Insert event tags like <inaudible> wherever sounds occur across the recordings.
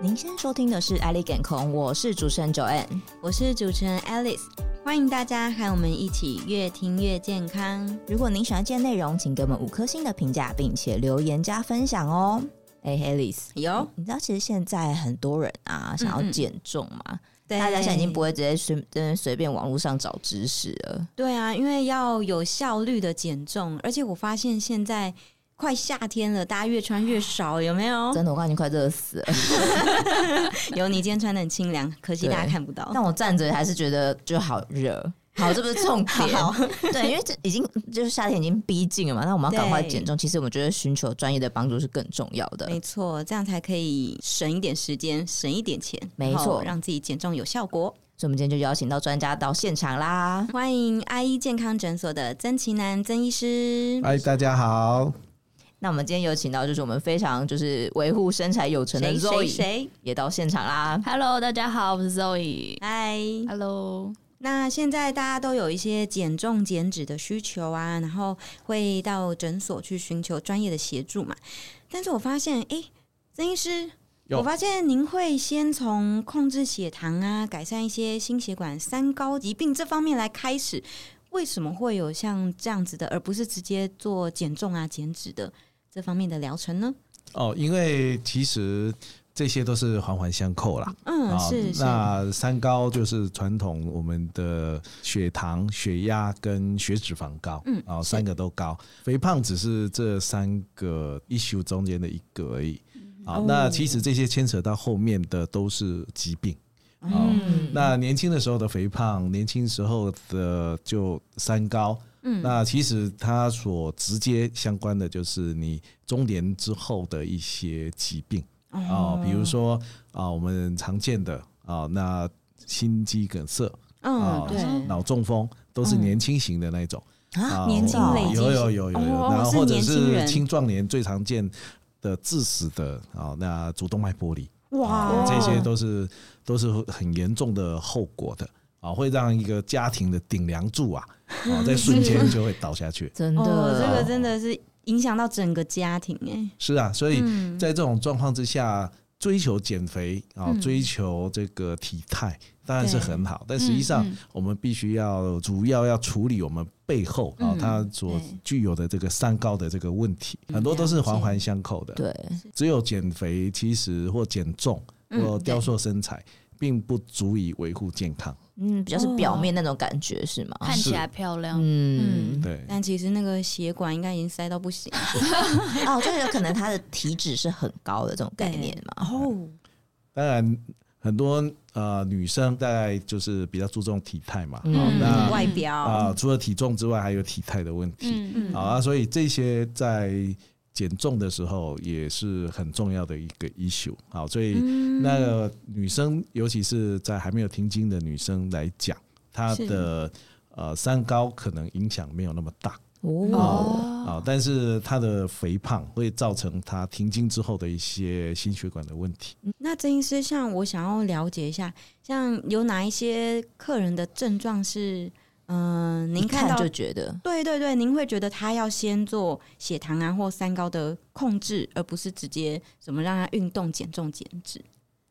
您现在收听的是《艾丽感空》，我是主持人 Joanne。我是主持人 Alice，欢迎大家和我们一起越听越健康。如果您喜欢今天内容，请给我们五颗星的评价，并且留言加分享哦。哎、h a l i c e 有，你知道其实现在很多人啊想嗯要嗯减重嘛，大家现在已经不会直接随真的随便网络上找知识了。对啊，因为要有效率的减重，而且我发现现在快夏天了，大家越穿越少，有没有？真的，我感觉快热死 <laughs> 了。有，你今天穿的很清凉，可惜对大家看不到。但我站着还是觉得就好热。好，这不是重点。 <laughs> 好 <laughs> 对，因为这已经就是夏天已经逼近了嘛，那我们要赶快对减重。其实我们觉得寻求专业的帮助是更重要的。没错，这样才可以省一点时间，省一点钱，没错然后让自己减重有效果。所以我们今天就邀请到专家到现场啦。欢迎阿一健康诊所的曾奇南曾医 <laughs> 师。啊嗨，哎大家好，那我们今天有请到就是我们非常就是维护身材有成的谁谁 Zoe 谁？也到现场啦。 Hello，大家好，我是 Zoe。嗨， Hello，那现在大家都有一些减重减脂的需求啊，然后会到诊所去寻求专业的协助嘛。但是我发现，诶，曾医师，有我发现您会先从控制血糖啊、改善一些心血管三高疾病这方面来开始。为什么会有像这样子的，而不是直接做减重啊、减脂的这方面的疗程呢？哦，因为其实这些都是环环相扣啦。啊嗯，是是，那三高就是传统我们的血糖、血压跟血脂肪高，嗯啊、是三个都高，肥胖只是这三个 issue 中间的一个而已。啊、哦那其实这些牵扯到后面的都是疾病。啊、嗯，。那年轻的时候的肥胖，年轻时候的就三高，嗯那其实它所直接相关的就是你中年之后的一些疾病啊、比如说啊、我们常见的啊、那心肌梗塞、嗯，啊对，脑中风都是嗯年轻型的那一种啊年轻我累积有有有有有，哦然后或是者年轻是人青壮年最常见的致死的啊、那主动脉剥离。哇啊，，这些都是都是很严重的后果的啊，会让一个家庭的顶梁柱啊，啊，在瞬间就会倒下去真的，哦，这个真的是影响到整个家庭哎、是啊，所以嗯，在这种状况之下，追求减肥啊，嗯追求这个体态当然是很好，但嗯实际上嗯我们必须要主要要处理我们背后啊嗯它所对具有的这个三高的这个问题，嗯很多都是了解环环相扣的。对，只有减肥其实或减重或嗯雕塑身材，并不足以维护健康。嗯，比较是表面那种感觉是吗？啊哦看起来漂亮。嗯，对，但其实那个血管应该已经塞到不 <laughs> 行嗯哦，就是有可能他的体脂是很高的这种概念嘛。哦，当然很多呃女生大概就是比较注重体态嘛，嗯哦好那外表啊、除了体重之外，还有体态的问题。嗯好啊，所以这些在减重的时候也是很重要的一个 issue。好，所以嗯那个女生，尤其是在还没有停经的女生来讲，她的呃三高可能影响没有那么大哦，哦，啊，但是她的肥胖会造成她停经之后的一些心血管的问题。那曾医师，像我想要了解一下，像有哪一些客人的症状是，嗯、您一看到就觉得对对对，您会觉得他要先做血糖啊或三高的控制，而不是直接什么让他运动减重减脂。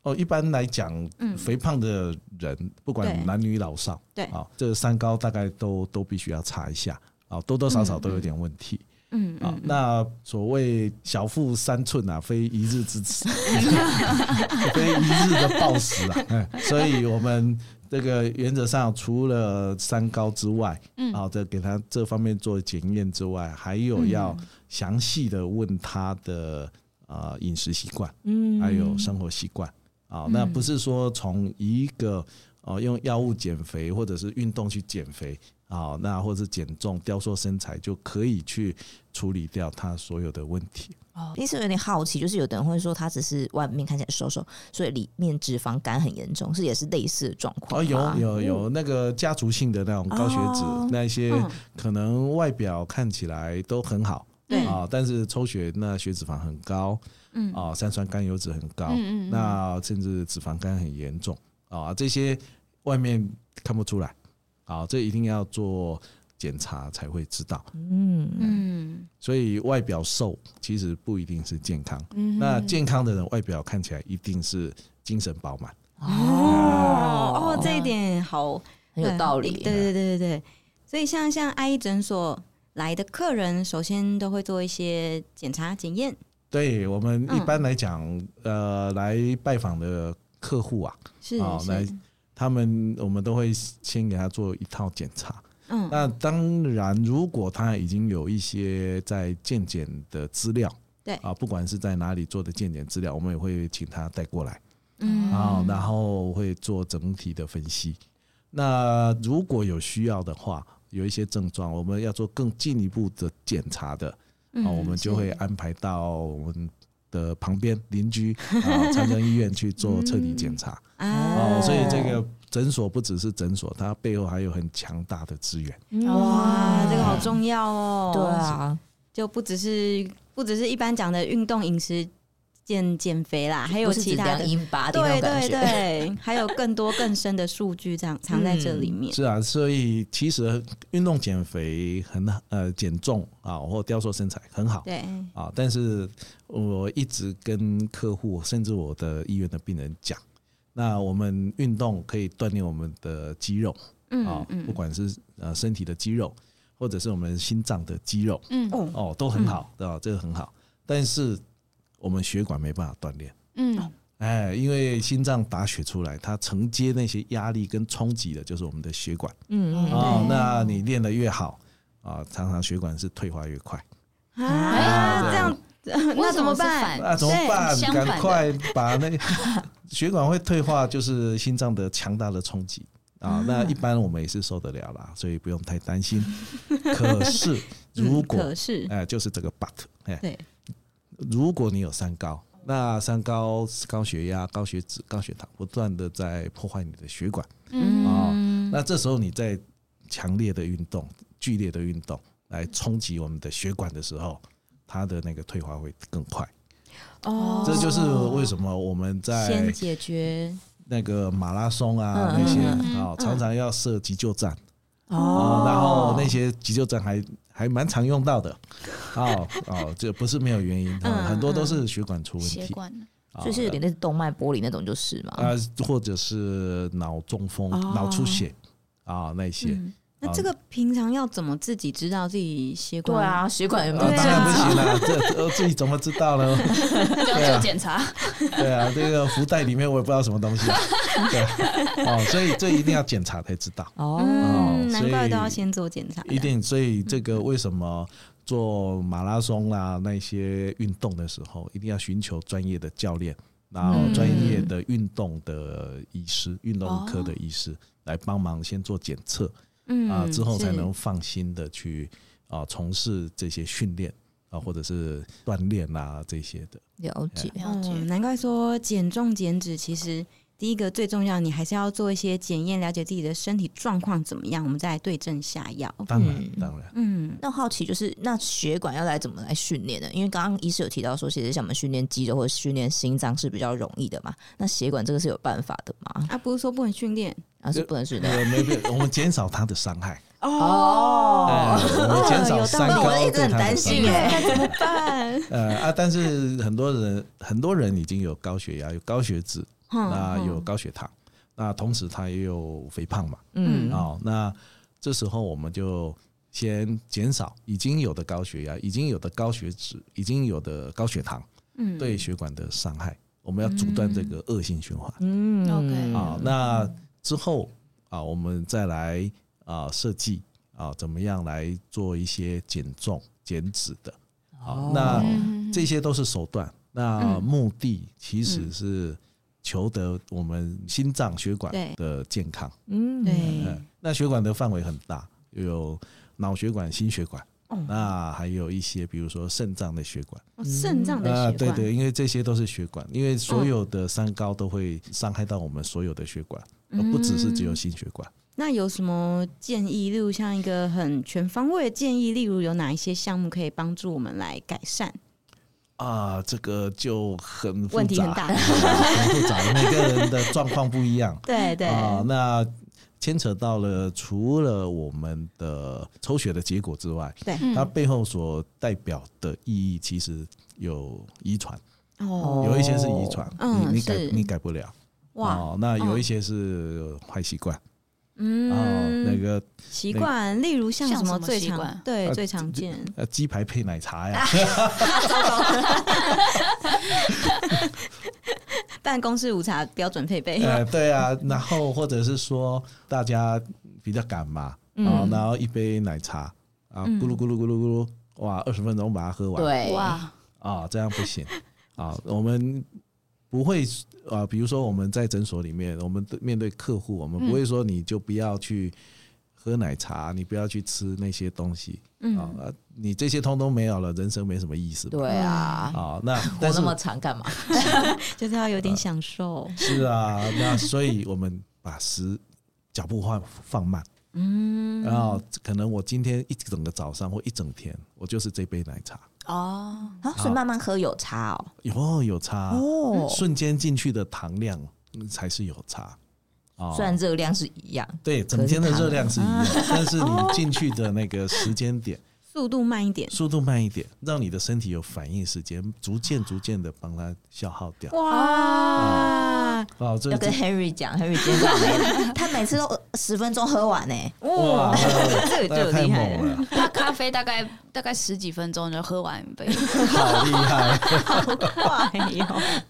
哦，一般来讲，嗯肥胖的人不对管男女老少，对啊、这三高大概都都必须要查一下啊、多多少少都有点问题嗯啊、嗯，那所谓小腹三寸啊，非一日之吃， <laughs> 非一日的暴食 <laughs> 啊、哎所以我们这个原则上除了三高之外，嗯啊、再给他这方面做检验之外，还有要嗯详细的问他的呃饮食习惯。嗯还有生活习惯啊。那不是说从一个哦用药物减肥或者是运动去减肥啊，那或者是减重雕塑身材就可以去处理掉他所有的问题。哦平时有点好奇，就是有的人会说他只是外面看起来瘦瘦，所以里面脂肪肝很严重，是也是类似的状况哦，有吗有有那个家族性的那种高血脂，嗯哦那一些嗯可能外表看起来都很好。对啊，但是抽血那血脂肪很高，嗯啊，三酸甘油脂很高，嗯嗯嗯那甚至脂肪肝很严重啊，这些外面看不出来，啊，这一定要做检查才会知道。嗯嗯，所以外表瘦其实不一定是健康，嗯那哼健康的人外表看起来一定是精神饱满。哦哦，这一点好很有道理。嗯对对对对对，所以像像阿姨诊所来的客人，首先都会做一些检查检验，对我们嗯一般来讲，呃，来拜访的客户啊，是好是，来他们我们都会先给他做一套检查。嗯那当然，如果他已经有一些在健检的资料，对啊，不管是在哪里做的健检资料，我们也会请他带过来嗯啊，然后会做整体的分析。那如果有需要的话，有一些症状，我们要做更进一步的检查的，啊，我们就会安排到我们的旁边邻居啊，长征医院去做彻底检查。啊哦，所以这个诊所不只是诊所，它背后还有很强大的资源。对嗯哇，这个好重要哦，对，啊，就不只是不只是一般讲的运动饮食减减肥啦，还有不是其只他量的。英八的那对种感对觉。对，还有更多更深的数据这样藏在这里面。是啊，所以其实运动减肥很呃减重啊，或雕塑身材很好对，啊，但是我一直跟客户甚至我的医院的病人讲，那我们运动可以锻炼我们的肌肉啊嗯，嗯，不管是呃身体的肌肉，或者是我们心脏的肌肉嗯哦，哦，都很好啊，这个很好，但是我们血管没办法锻炼。嗯哎，因为心脏打血出来，它承接那些压力跟冲击的，就是我们的血管 <laughs> 嗯啊、嗯，哦。那你练得越好啊、常常血管是退化越快。啊，对这样那为怎什么么是办？嗯反那、怎么办？相反的赶快把那血管会退化，就是心脏的强大的冲击啊。那一般我们也是受得了啦，所以不用太担心。可是如嗯果可是哎、就是这个 but 哎，对，如果你有三高，那三高、高血压、高血脂、高血糖，不断的在破坏你的血管。嗯哦那这时候你在强烈的运动、剧烈的运动来冲击我们的血管的时候，它的那个退化会更快。哦这就是为什么我们在先解决那个马拉松啊嗯那些嗯嗯啊，常常要设急救站哦啊，然后那些急救站还还蛮常用到的。哦哦，这不是没有原因，嗯啊很多都是血管出问血题，管啊就是有点类似动脉剥离那种，就是嘛。啊，或者是脑中风、哦脑出血啊那些。嗯那这个平常要怎么自己知道自己血对管？啊，血管有没啊，有对当正然不常？行了，这呃自己怎么知道呢？啊要做检查，对啊，这个福袋里面我也不知道什么东西、啊，对啊，哦，所以这一定要检查才知道，哦，嗯，哦难怪所以都要先做检查的。 <laughs> 一定。所以这个为什么做马拉松啦、那些运动的时候，一定要寻求专业的教练，然后专业的运动的医师、运动科的医师来帮忙先做检测嗯啊，之后是才能放心的去啊从事这些训练啊，或者是锻炼啊这些的。了解。哎了解哦，难怪说减重减脂，其实第一个最重要，你还是要做一些检验，了解自己的身体状况怎么样，我们再来对症下药。当然嗯，当然。嗯，那好奇就是，那血管要来怎么来训练呢？因为刚刚医师有提到说，其实像我们训练肌肉或者训练心脏是比较容易的嘛。那血管这个是有办法的吗？啊，不是说不能训练啊，是不能训练。呃，没有，我们减少它的伤害。哦哎，我们减有少道三理高我一对直很它的担伤心耶。害该怎么办？ <laughs> 呃啊，但是很多人很多人已经有高血压、有高血脂，嗯那有高血糖，那同时他也有肥胖嘛。嗯，哦，那这时候我们就先减少已经有的高血压、已经有的高血脂、已经有的高血糖嗯对血管的伤害，我们要阻断这个恶性循环。嗯 OK 啊，那之后啊，我们再来啊设计啊，怎么样来做一些减重、减脂的啊哦？那嗯这些都是手段，那嗯目的其实是求得我们心脏血管对的健康。嗯，对嗯，那血管的范围很大，有脑血管、心血管，哦，那还有一些比如说肾脏的血管哦肾脏的啊，血管，对对，因为这些都是血管，因为所有的三高都会伤害到我们所有的血管。而不只是只有嗯心血管。那有什么建议？例如像一个很全方位的建议，例如有哪一些项目可以帮助我们来改善？啊，这个就 <laughs> 很复问题很杂，大 <laughs> 啊很复杂，每个人的状况不一样对对，啊。那牵扯到了除了我们的抽血的结果之外，对，嗯它背后所代表的意义其实有遗传，哦，有一些是遗传，嗯你你改是你改不了。哇，哦，那有一些是坏习惯，嗯，哦，那个习惯，例如像像什么什么最习常惯对呃最常见，呃鸡排配奶茶呀，办公室无茶标准配备， <laughs> 呃，对啊，然后或者是说大家比较赶嘛，嗯哦，然后一杯奶茶啊，咕噜咕噜咕噜咕噜，哇，二十分钟把它喝完，对，哇，啊，这样不行啊，我们不会啊，比如说我们在诊所里面，我们对面对客户，我们不会说你就不要去喝奶茶，你不要去吃那些东西啊嗯，啊，你这些通通没有了，人生没什么意思嘛。对啊，啊， <laughs> 那活但那是么长干嘛？就是要有点享受，是啊，那所以我们把时脚步放放慢，嗯，然后可能我今天一整个早上或一整天，我就是这杯奶茶，哦，啊，所以慢慢喝有差哦。有有差哦，瞬间进去的糖量嗯才是有差。哦虽然热量是一样，对整天的热量是一样，但是你进去的那个时间哦点速度慢一点，速度慢一点，让你的身体有反应时间，逐渐逐渐的帮它消耗掉。哇，哦，这要跟这 Henry 讲，Henry 今天早上他每次都十分钟喝完呢、 <laughs> 哇，这那这太厉害猛了，了，他咖啡大概大概十几分钟就喝完一杯，好 <laughs> 厉害！快哟！哎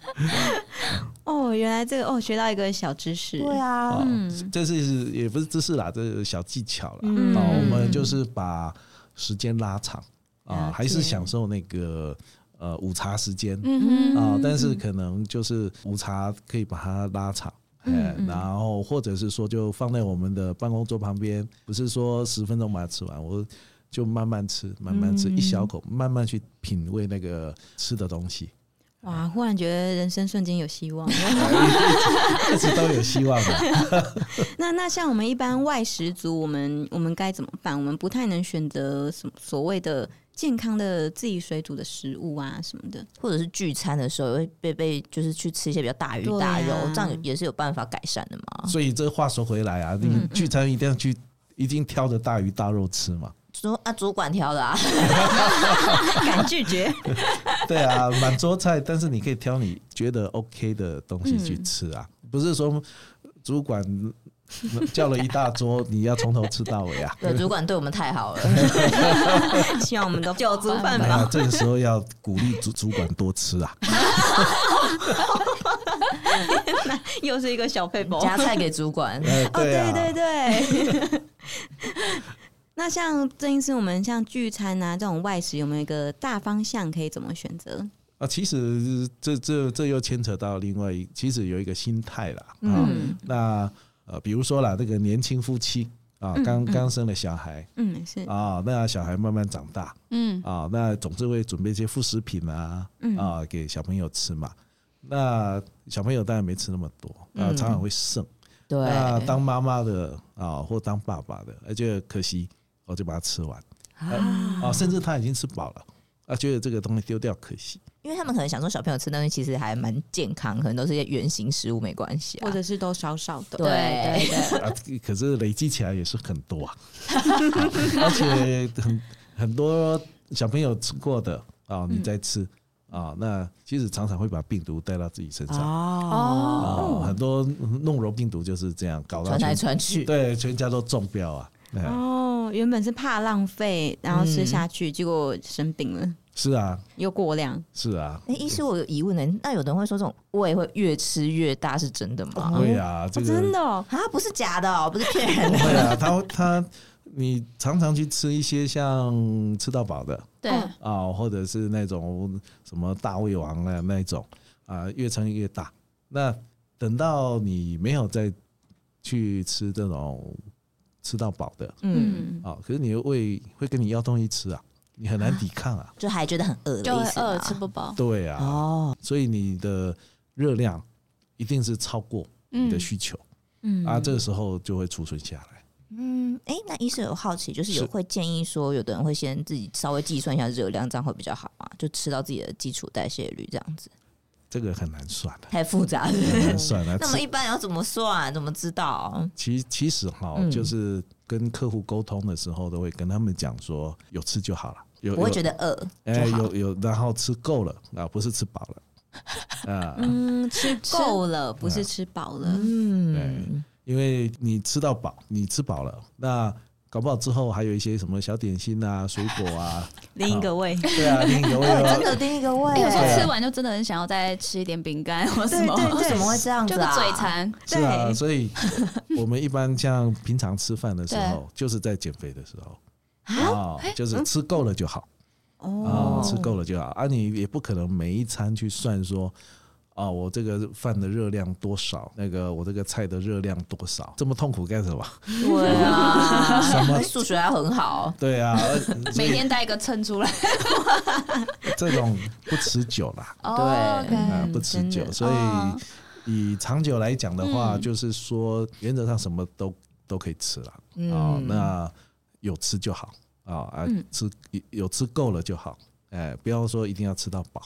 哦，原来这个哦，学到一个小知识，对啊，哦，这是也不是知识啦，这是小技巧啦。嗯哦，我们就是把时间拉长啊，了还是解享受那个呃午茶时间嗯嗯啊，但是可能就是午茶可以把它拉长。哎，嗯然后或者是说，就放在我们的办公桌旁边，不是说十分钟把它吃完，我就慢慢吃，慢慢嗯吃，一小口，慢慢去品味那个吃的 <laughs> 东西，哇，忽然觉得人生瞬间有希望。 <laughs> 一直都有希望的。那那像我们一般外食族，我们我们该怎么办？我们不太能选择什么所谓的健康的自己水煮的食物啊什么的。或者是聚餐的时候也会被被就是去吃一些比较大鱼对大肉，啊这样也是有办法改善的嘛。所以这话说回来啊，嗯你聚餐一定要去，一定挑着大鱼大肉吃嘛。主啊，主管挑的啊，敢拒绝？ <laughs> 对啊，满桌菜，但是你可以挑你觉得 OK 的东西去吃啊，嗯不是说主管叫了一大桌，你要从头吃到 <laughs> 尾啊。对，主管对我们太好了， <laughs> 希望我们都酒足饭那 <laughs> 饱。啊这个时候要鼓励主主管多吃 <laughs> 啊，又是一个小配包。夹菜给主管。呃，哦，啊，对对对。 <laughs> 那像郑医师，我们像聚餐啊这种外食，有没有一个大方向可以怎么选择？啊，其实这这这又牵扯到另外一，其实有一个心态啦，啊，嗯那呃，比如说啦，这个年轻夫妻啊，刚刚生了小孩嗯，是啊，那小孩慢慢长大，嗯啊，那总是会准备一些副食品啊，啊，给小朋友吃嘛。那小朋友当然没吃那么多，啊，常常会剩。对，那当妈妈的啊，或当爸爸的，而且可惜，我就把它吃完啊，啊，甚至他已经吃饱了，啊，觉得这个东西丢掉可惜。因为他们可能想说小朋友吃东西其实还蛮健康，可能都是一些原形食物，没关系、啊，或者是都少少的。对对对，啊， <laughs> 可是累积起来也是很多啊， <laughs> 而且很很多小朋友吃过的啊，你再吃啊，那其实常常会把病毒带到自己身上。哦，啊，很多弄柔病毒就是这样搞到传来全传去，对全家都中标啊。哎，哦，原本是怕浪费，然后吃下去，结果生病了，是啊，又过量。是啊，哎、医师，我有疑问呢、那有的人会说这种胃会越吃越大是真的吗？会啊，这哦、个真的哦，啊，不是假的哦，不是骗人的。会啊，他他你常常去吃一些像吃到饱的对，哦啊，或者是那种什么大胃王的那一种啊，越撑越大。那等到你没有再去吃这种吃到饱的嗯，嗯，啊，可是你的胃会跟你要东西吃啊，你很难抵抗啊。就还觉得很饿的就意会思饿吗吃不饱，对啊，哦，所以你的热量一定是超过你的需求、嗯啊，这个时候就会储存下来。嗯，哎、那医师有好奇，就是有是会建议说，有的人会先自己稍微计算一下热量，这样会比较好啊，就吃到自己的基础代谢率这样子。这个很难算的、太复 <laughs> 杂了。很难算嗯的、啊那么一般要怎么算？怎么知道？其其实哈嗯，就是跟客户沟通的时候，都会跟他们讲说，有吃就好了。有不会有觉得饿哎，就好。有有，然后吃够了啊，不是吃饱了啊，嗯，吃够了，不是吃饱了。嗯，因为你吃到饱，你吃饱了，那搞不好之后还有一些什么小点心啊、水果 <laughs> 啊，另一个胃，对啊，另一个味哎道 <laughs> 真。的第一个哎有时候位，吃完就真的很想要再吃一点饼干或什么，对对为什么会这样就子个啊？嘴馋。 <laughs> 是啊，对所以我们一般像平常吃饭的时候，就是在减肥的时候啊，就是吃够了就好啊，吃够了就好啊，你也不可能每一餐去算说。啊，我这个饭的热量多少？那个我这个菜的热量多少？这么痛苦干什么？ <laughs> 对啊，什么数学还很好，对啊，而每天带一个秤出来，这种不持久啦，哦对，OK 啊，不持嗯真的久，所哦以以长久来讲的话，就是说原则上什么都都可以吃了啊，嗯，那有吃就好啊啊嗯，吃有吃够了就好，哎，不要说一定要吃到饱。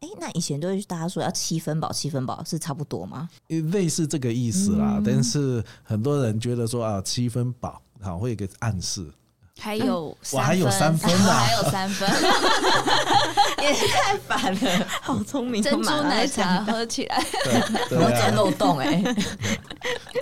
哎，那以前都是大家说要啊七分饱，七分饱是差不多 <laughs> 吗？类似这个意思啦，但是很多人觉得说啊，七分饱，好会有一个暗示， <laughs> 还有嗯我还有三分我啊 <laughs> 还有三 <laughs> 分，也太烦了，好聪明珍珠奶茶喝起来，对对我啊在，漏洞哎，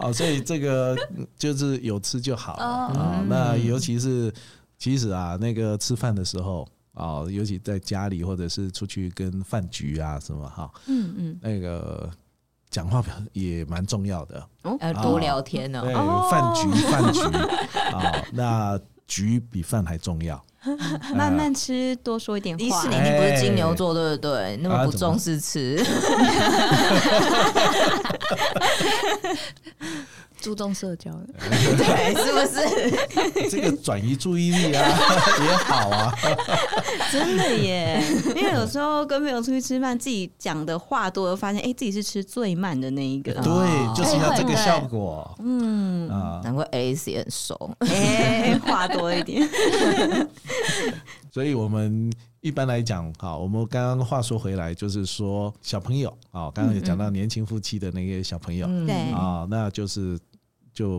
哦，所以这个就是有吃就好了哦啊、那尤其是其实啊，那个吃饭的时候啊、尤其在家里或者是出去跟饭局啊什么哈，嗯嗯，那个讲话表也蛮重要的。要多聊天哦对，。饭局饭局啊、那局比饭还重要。 <laughs> 嗯慢慢吃，多说一点迪话士。尼，你不是金牛座对不对？哎那么不重视吃，注重社交，对，是不是？这个转移注意力啊也好 <laughs> 啊，真的 <laughs> 耶，因为有时候跟朋友出去吃饭，自己讲的话多，发现哎、自己是吃最慢的那一个。对，就是要这哎会个会效果。嗯啊，难怪 Alice 也很熟，哎、话多一 <laughs> 点。所以我们一般来讲，哈，我们刚刚话说回来，就是说小朋友啊，刚刚有讲到年轻夫妻的那些小朋友嗯对啊，那就是就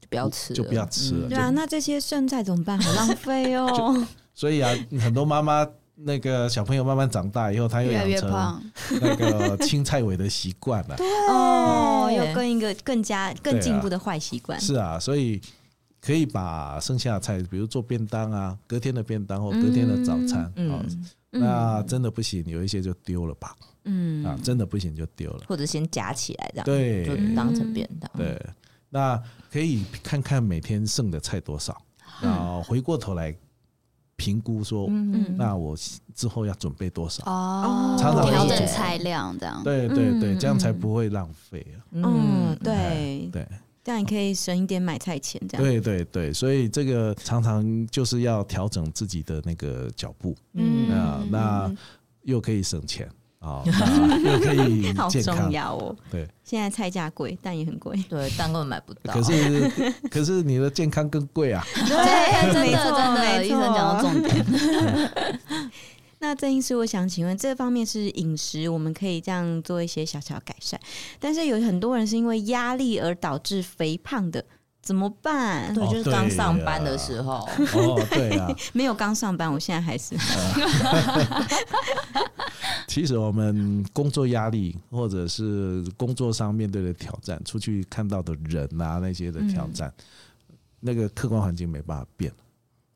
就不要吃了，就不要吃了嗯对啊，那这些剩菜怎么办？好浪费 <laughs> 哦。所以啊，很多妈妈那个小朋友慢慢长大以后，他又越来越养成胖， <laughs> 那个青菜尾的习惯了。哦，对又跟一个更加更进步的坏习惯。啊是啊，所以可以把剩下的菜，比如做便当啊，隔天的便当或隔天的早餐嗯啊，那真的不行，有一些就丢了吧嗯，啊，真的不行就丢了。或者先夹起来这样，对，就当成便当。对，那可以看看每天剩的菜多少，然后回过头来评估说，嗯，那我之后要准备多少？哦常常调会整有菜量这样，对对对，这样才不会浪费啊。嗯嗯，，对，哎对这样你可以省一点买菜钱，这样。对对对，所以这个常常就是要调整自己的那个脚步嗯啊，嗯那又可以省钱啊，那又可以 <laughs> 好健重康。要哦！对，现在菜价贵，但也很贵。 <laughs> 对，蛋根本买不到。可是可是你的健康更贵啊。对， <laughs> 真没的错真的，没医生讲到错重点，那郑医师，我想请问，这方面是饮食，我们可以这样做一些小小改善，但是有很多人是因为压力而导致肥胖的，怎么办？对，哦就是刚上班的时候，哦，对啊， <laughs> 没有刚上班，我现在还是其实我们工作压力或者是工作上面对的挑战，出去看到的人啊那些的挑战，那个客观环境没办法变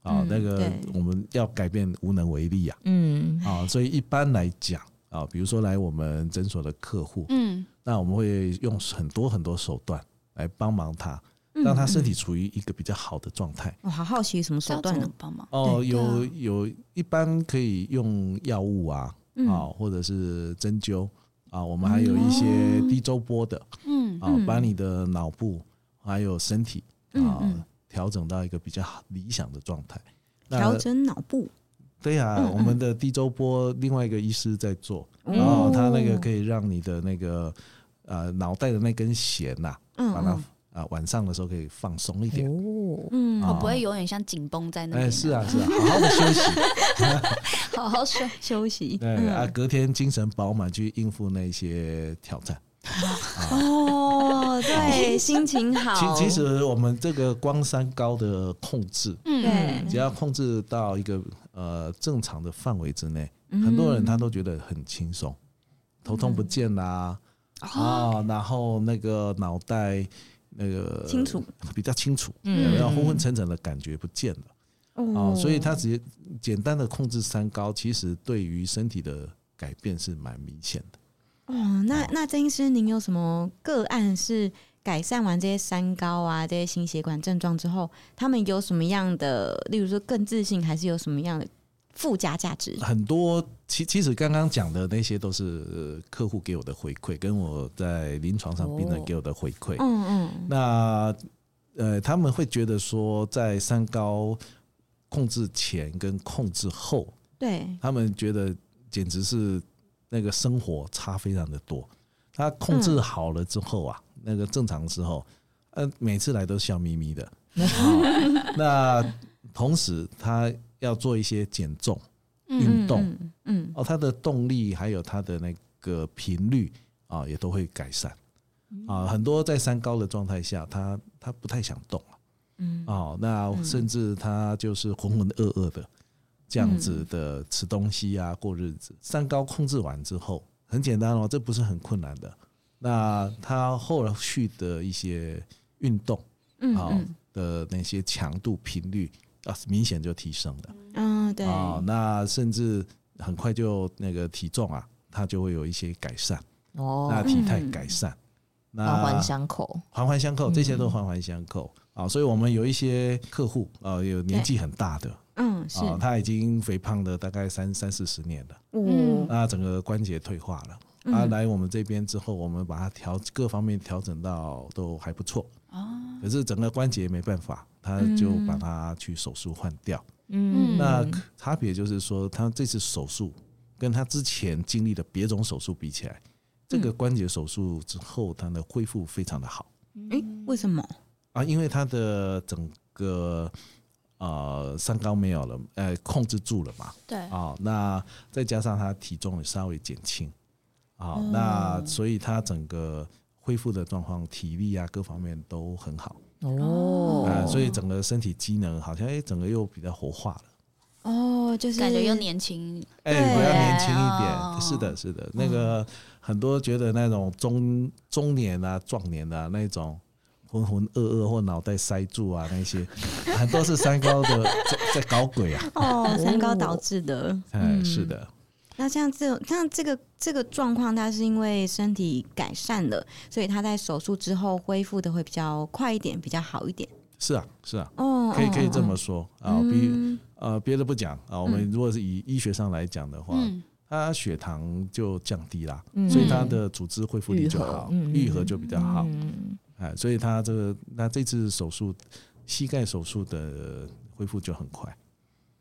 啊、嗯那个对我们要改变无能为力啊嗯，啊，所以一般来讲啊，比如说来我们诊所的客户，嗯，那我们会用很多很多手段来帮忙他，嗯让他身体处于一个比较好的状态。我好好奇什么这手样怎段么呢？帮忙？哦，对有对有，一般可以用药物啊，嗯啊，或者是针灸啊，我们还有一些低周波的嗯，啊，把你的脑部还有身体啊调整到一个比较好理想的状态。调那整脑部，对呀、啊，我们的低周波另外一个医师在做，哦然后他那个可以让你的那个呃脑袋的那根弦呐、嗯把它嗯，啊、啊、晚上的时候可以放松一点。哦，嗯啊我不会永远像紧绷在那哎，边。是，啊，是啊，好好的休息，好好睡。休息对啊，隔天精神饱满去应付那些挑战。哦，对， <laughs> 心情好。其其实我们这个光三高的控制，嗯对只要控制到一个呃正常的范围之内，嗯很多人他都觉得很轻松，头痛不见啦，哦啊，然后那个脑袋那个清楚，比较清楚，嗯然后昏昏沉沉的感觉不见了哦嗯啊，所以他直接简单的控制三高，其实对于身体的改变是蛮明显的。哦，那那曾医师，您有什么个案是改善完这些三高啊、这些心血管症状之后，他们有什么样的，例如说更自信，还是有什么样的附加价值？很多其其实刚刚讲的那些都是呃客户给我的回馈，跟我在临床上病人哦给我的回馈。嗯嗯，那呃，他们会觉得说，在三高控制前跟控制后，对，他们觉得简直是那个生活差非常的多。他控制好了之后啊，那个正常时候，呃，每次来都笑眯眯的。啊那同时，他要做一些减重运动嗯嗯，哦，他的动力还有他的那个频率啊，也都会改善嗯啊。很多在三高的状态下，他他不太想动啊嗯哦，那甚至他就是浑浑噩噩的这样嗯子的吃东西啊，过日子。三高控制完之后，很简单哦，这不是很困难的。那他后续的一些运动嗯啊嗯的那些强度、频率啊，明显就提升了嗯，对，啊、那甚至很快就那个体重啊，它就会有一些改善，那哦，体态改善，那环环相扣，嗯环环相扣，这些都环环相扣啊、所以我们有一些客户啊、呃有年纪很大的嗯是，啊、他已经肥胖了大概三三四十年了，嗯那整个关节退化了。嗯他、来我们这边之后，我们把它调各方面调整到都还不错哦可是整个关节没办法，他就把它去手术换掉。嗯，那差别就是说，他这次手术跟他之前经历的别种手术比起来，这个关节手术之后，他的恢复非常的好。嗯诶，为什么？啊，因为他的整个呃三高没有了，呃控制住了嘛，对啊、那再加上他体重也稍微减轻，啊、嗯那所以他整个恢复的状况、体力啊各方面都很好，嗯啊、哦，所以整个身体机能好像哎、整个又比较活化了。哦，就是感觉又年轻，哎、对啊嗯比较年轻一点，哦是的，是的，那个很多觉得那种中中年啊、壮年啊那种浑浑噩噩或脑袋塞住啊 <laughs> 那些，很多是三高的在在搞鬼啊，哦， <laughs> 三高导致的。哎，是的，那像这种，像这个这个状况，他是因为身体改善了，所以他在手术之后恢复的会比较快一点，比较好一点。是啊，是啊，哦，可以可以哦这么哦说啊，比嗯呃别的不讲啊，我们如果是以医学上来讲的话，嗯，他血糖就降低啦，所以他的组织恢复力就好，嗯愈合嗯愈合就比较好。嗯，哎，所以他这个那这次手术膝盖手术的恢复就很快。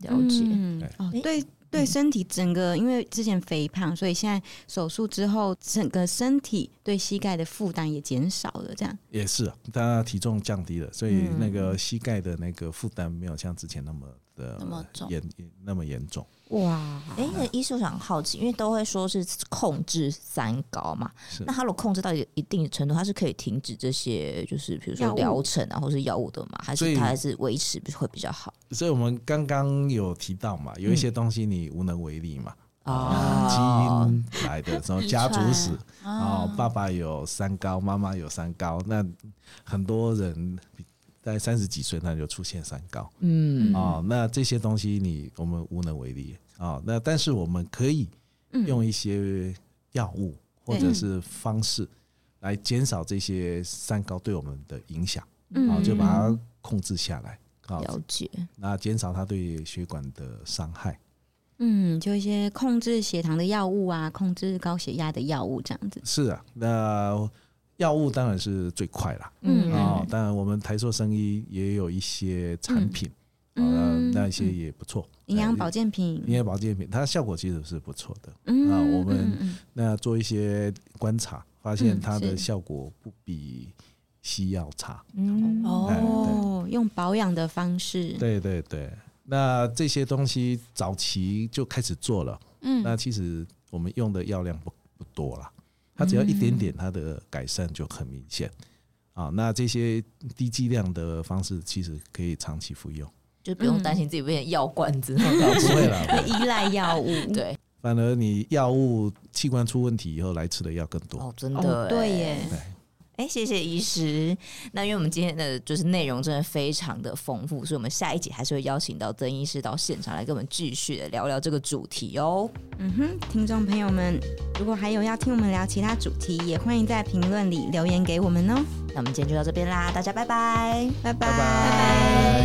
了解，嗯哎哦，对对，身体整个因为之前肥胖，所以现在手术之后，整个身体对膝盖的负担也减少了，这样。也是，他体重降低了，所以嗯那个膝盖的那个负担没有像之前那么的那么重严那么严重。哇，哎，那医生想好奇，因为都会说是控制三高嘛，是那，它如果控制到一一定程度，它是可以停止这些，就是比如药说物疗程啊，或是药物的嘛，还所以是它还是维持比会比较好所以我们刚刚有提到嘛，有一些东西你无能为力嘛，啊，哦基，因来 <laughs> 的，什么遗家族传史，哦，爸爸有三高，妈妈有三高，那很多人在三十几岁那就出现三高。嗯，啊、那这些东西你我们无能为力啊、那但是我们可以用一些药物或者是方式来减少这些三高对我们的影响啊、嗯就把它控制下来啊、了解，那减少它对血管的伤害。嗯，就一些控制血糖的药物啊，控制高血压的药物这样子。是啊，那药物当然是最快啦嗯啊、当然我们台硕生医也有一些产品啊、嗯那一些也不错，营养呃保健品，营养保健品，它效果其实是不错的。嗯啊我们嗯嗯嗯那做一些观察，发现它的是效果不比西药茶。嗯，哎哦，用保养的方式，对对对，那这些东西早期就开始做了，那嗯，其实我们用的药量不不多啦，它只要一点点，它的改善就很明显。啊，那这些低剂量的方式其实可以长期 <laughs> 服用，啊就不嗯用担心自己变成药罐子那种感不觉。会啦，依赖药物，对，反而你药物器官出问题以后来吃的药更多。哦，真的、哦，对。耶，对，哎，谢谢医师。那因为我们今天的就是内容真的非常的丰富，所以我们下一集还是会邀请到曾医师到现场来跟我们继续的聊聊这个主题哦。嗯哼，听众朋友们，如果还有要听我们聊其他主题，也欢迎在评论里留言给我们哦。那我们今天就到这边啦，大家拜拜。拜拜，拜拜拜